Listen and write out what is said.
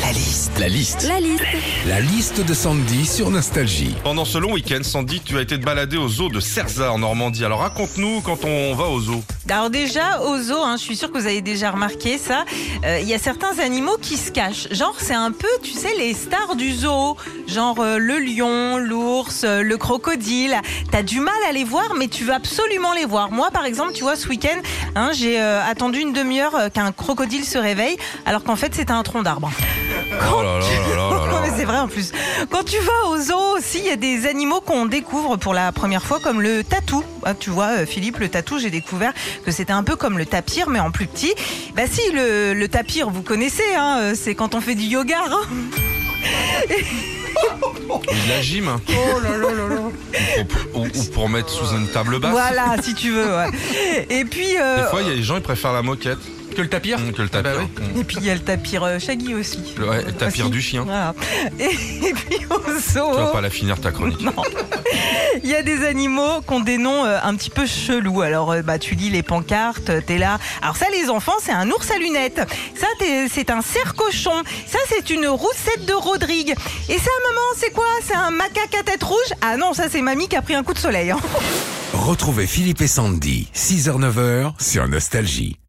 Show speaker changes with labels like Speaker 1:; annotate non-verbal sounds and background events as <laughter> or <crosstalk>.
Speaker 1: La liste. La liste.
Speaker 2: La liste.
Speaker 1: La liste de Sandy sur Nostalgie.
Speaker 3: Pendant ce long week-end, Sandy, tu as été te balader au zoo de Cerza en Normandie. Alors raconte-nous quand on va au zoo.
Speaker 4: Alors déjà, au zoo, hein, je suis sûre que vous avez déjà remarqué ça, euh, il y a certains animaux qui se cachent. Genre, c'est un peu, tu sais, les stars du zoo. Genre euh, le lion, l'ours, euh, le crocodile. T'as du mal à les voir, mais tu veux absolument les voir. Moi, par exemple, tu vois, ce week-end, hein, j'ai euh, attendu une demi-heure euh, qu'un crocodile se réveille, alors qu'en fait, c'était un tronc d'arbre.
Speaker 3: Oh là là là là là
Speaker 4: <laughs> Non,
Speaker 3: là.
Speaker 4: mais c'est vrai en plus. Quand tu vas au zoo aussi, il y a des animaux qu'on découvre pour la première fois, comme le tatou. Ah, tu vois, euh, Philippe, le tatou, j'ai découvert que c'était un peu comme le tapir, mais en plus petit. Bah si, le, le tapir, vous connaissez, hein, euh, c'est quand on fait du yoga. hein.
Speaker 3: Et de la gym. hein. Ou pour, ou- ou pour mettre sous une table basse.
Speaker 4: Voilà, si tu veux.
Speaker 3: <laughs>
Speaker 4: ouais. Et puis... euh,
Speaker 3: Bah, Des fois, il y a des gens qui préfèrent la moquette
Speaker 5: Que le tapir
Speaker 3: hum, que le tapir.
Speaker 5: Bah
Speaker 4: Et puis il y a le tapir euh, Shaggy aussi.
Speaker 3: Hum. Ouais, le tapir
Speaker 4: Aussi.
Speaker 3: du chien.
Speaker 4: Voilà. Et, <laughs> et puis au
Speaker 3: Tu vas
Speaker 4: zoo,
Speaker 3: pas la finir ta chronique.
Speaker 4: <laughs> il y a des animaux qui ont des noms euh, un petit peu chelous. Alors euh, bah, tu lis les pancartes, euh, t'es là. Alors ça les enfants, c'est un ours à lunettes. Ça t'es- c'est un cerf-cochon. Ça c'est une roussette de Rodrigue. Et ça maman, c'est quoi C'est un macaque à tête rouge Ah non, ça c'est mamie qui a pris un coup de soleil. hein.
Speaker 1: Retrouvez Philippe et Sandy, 6h-9h sur Nostalgie.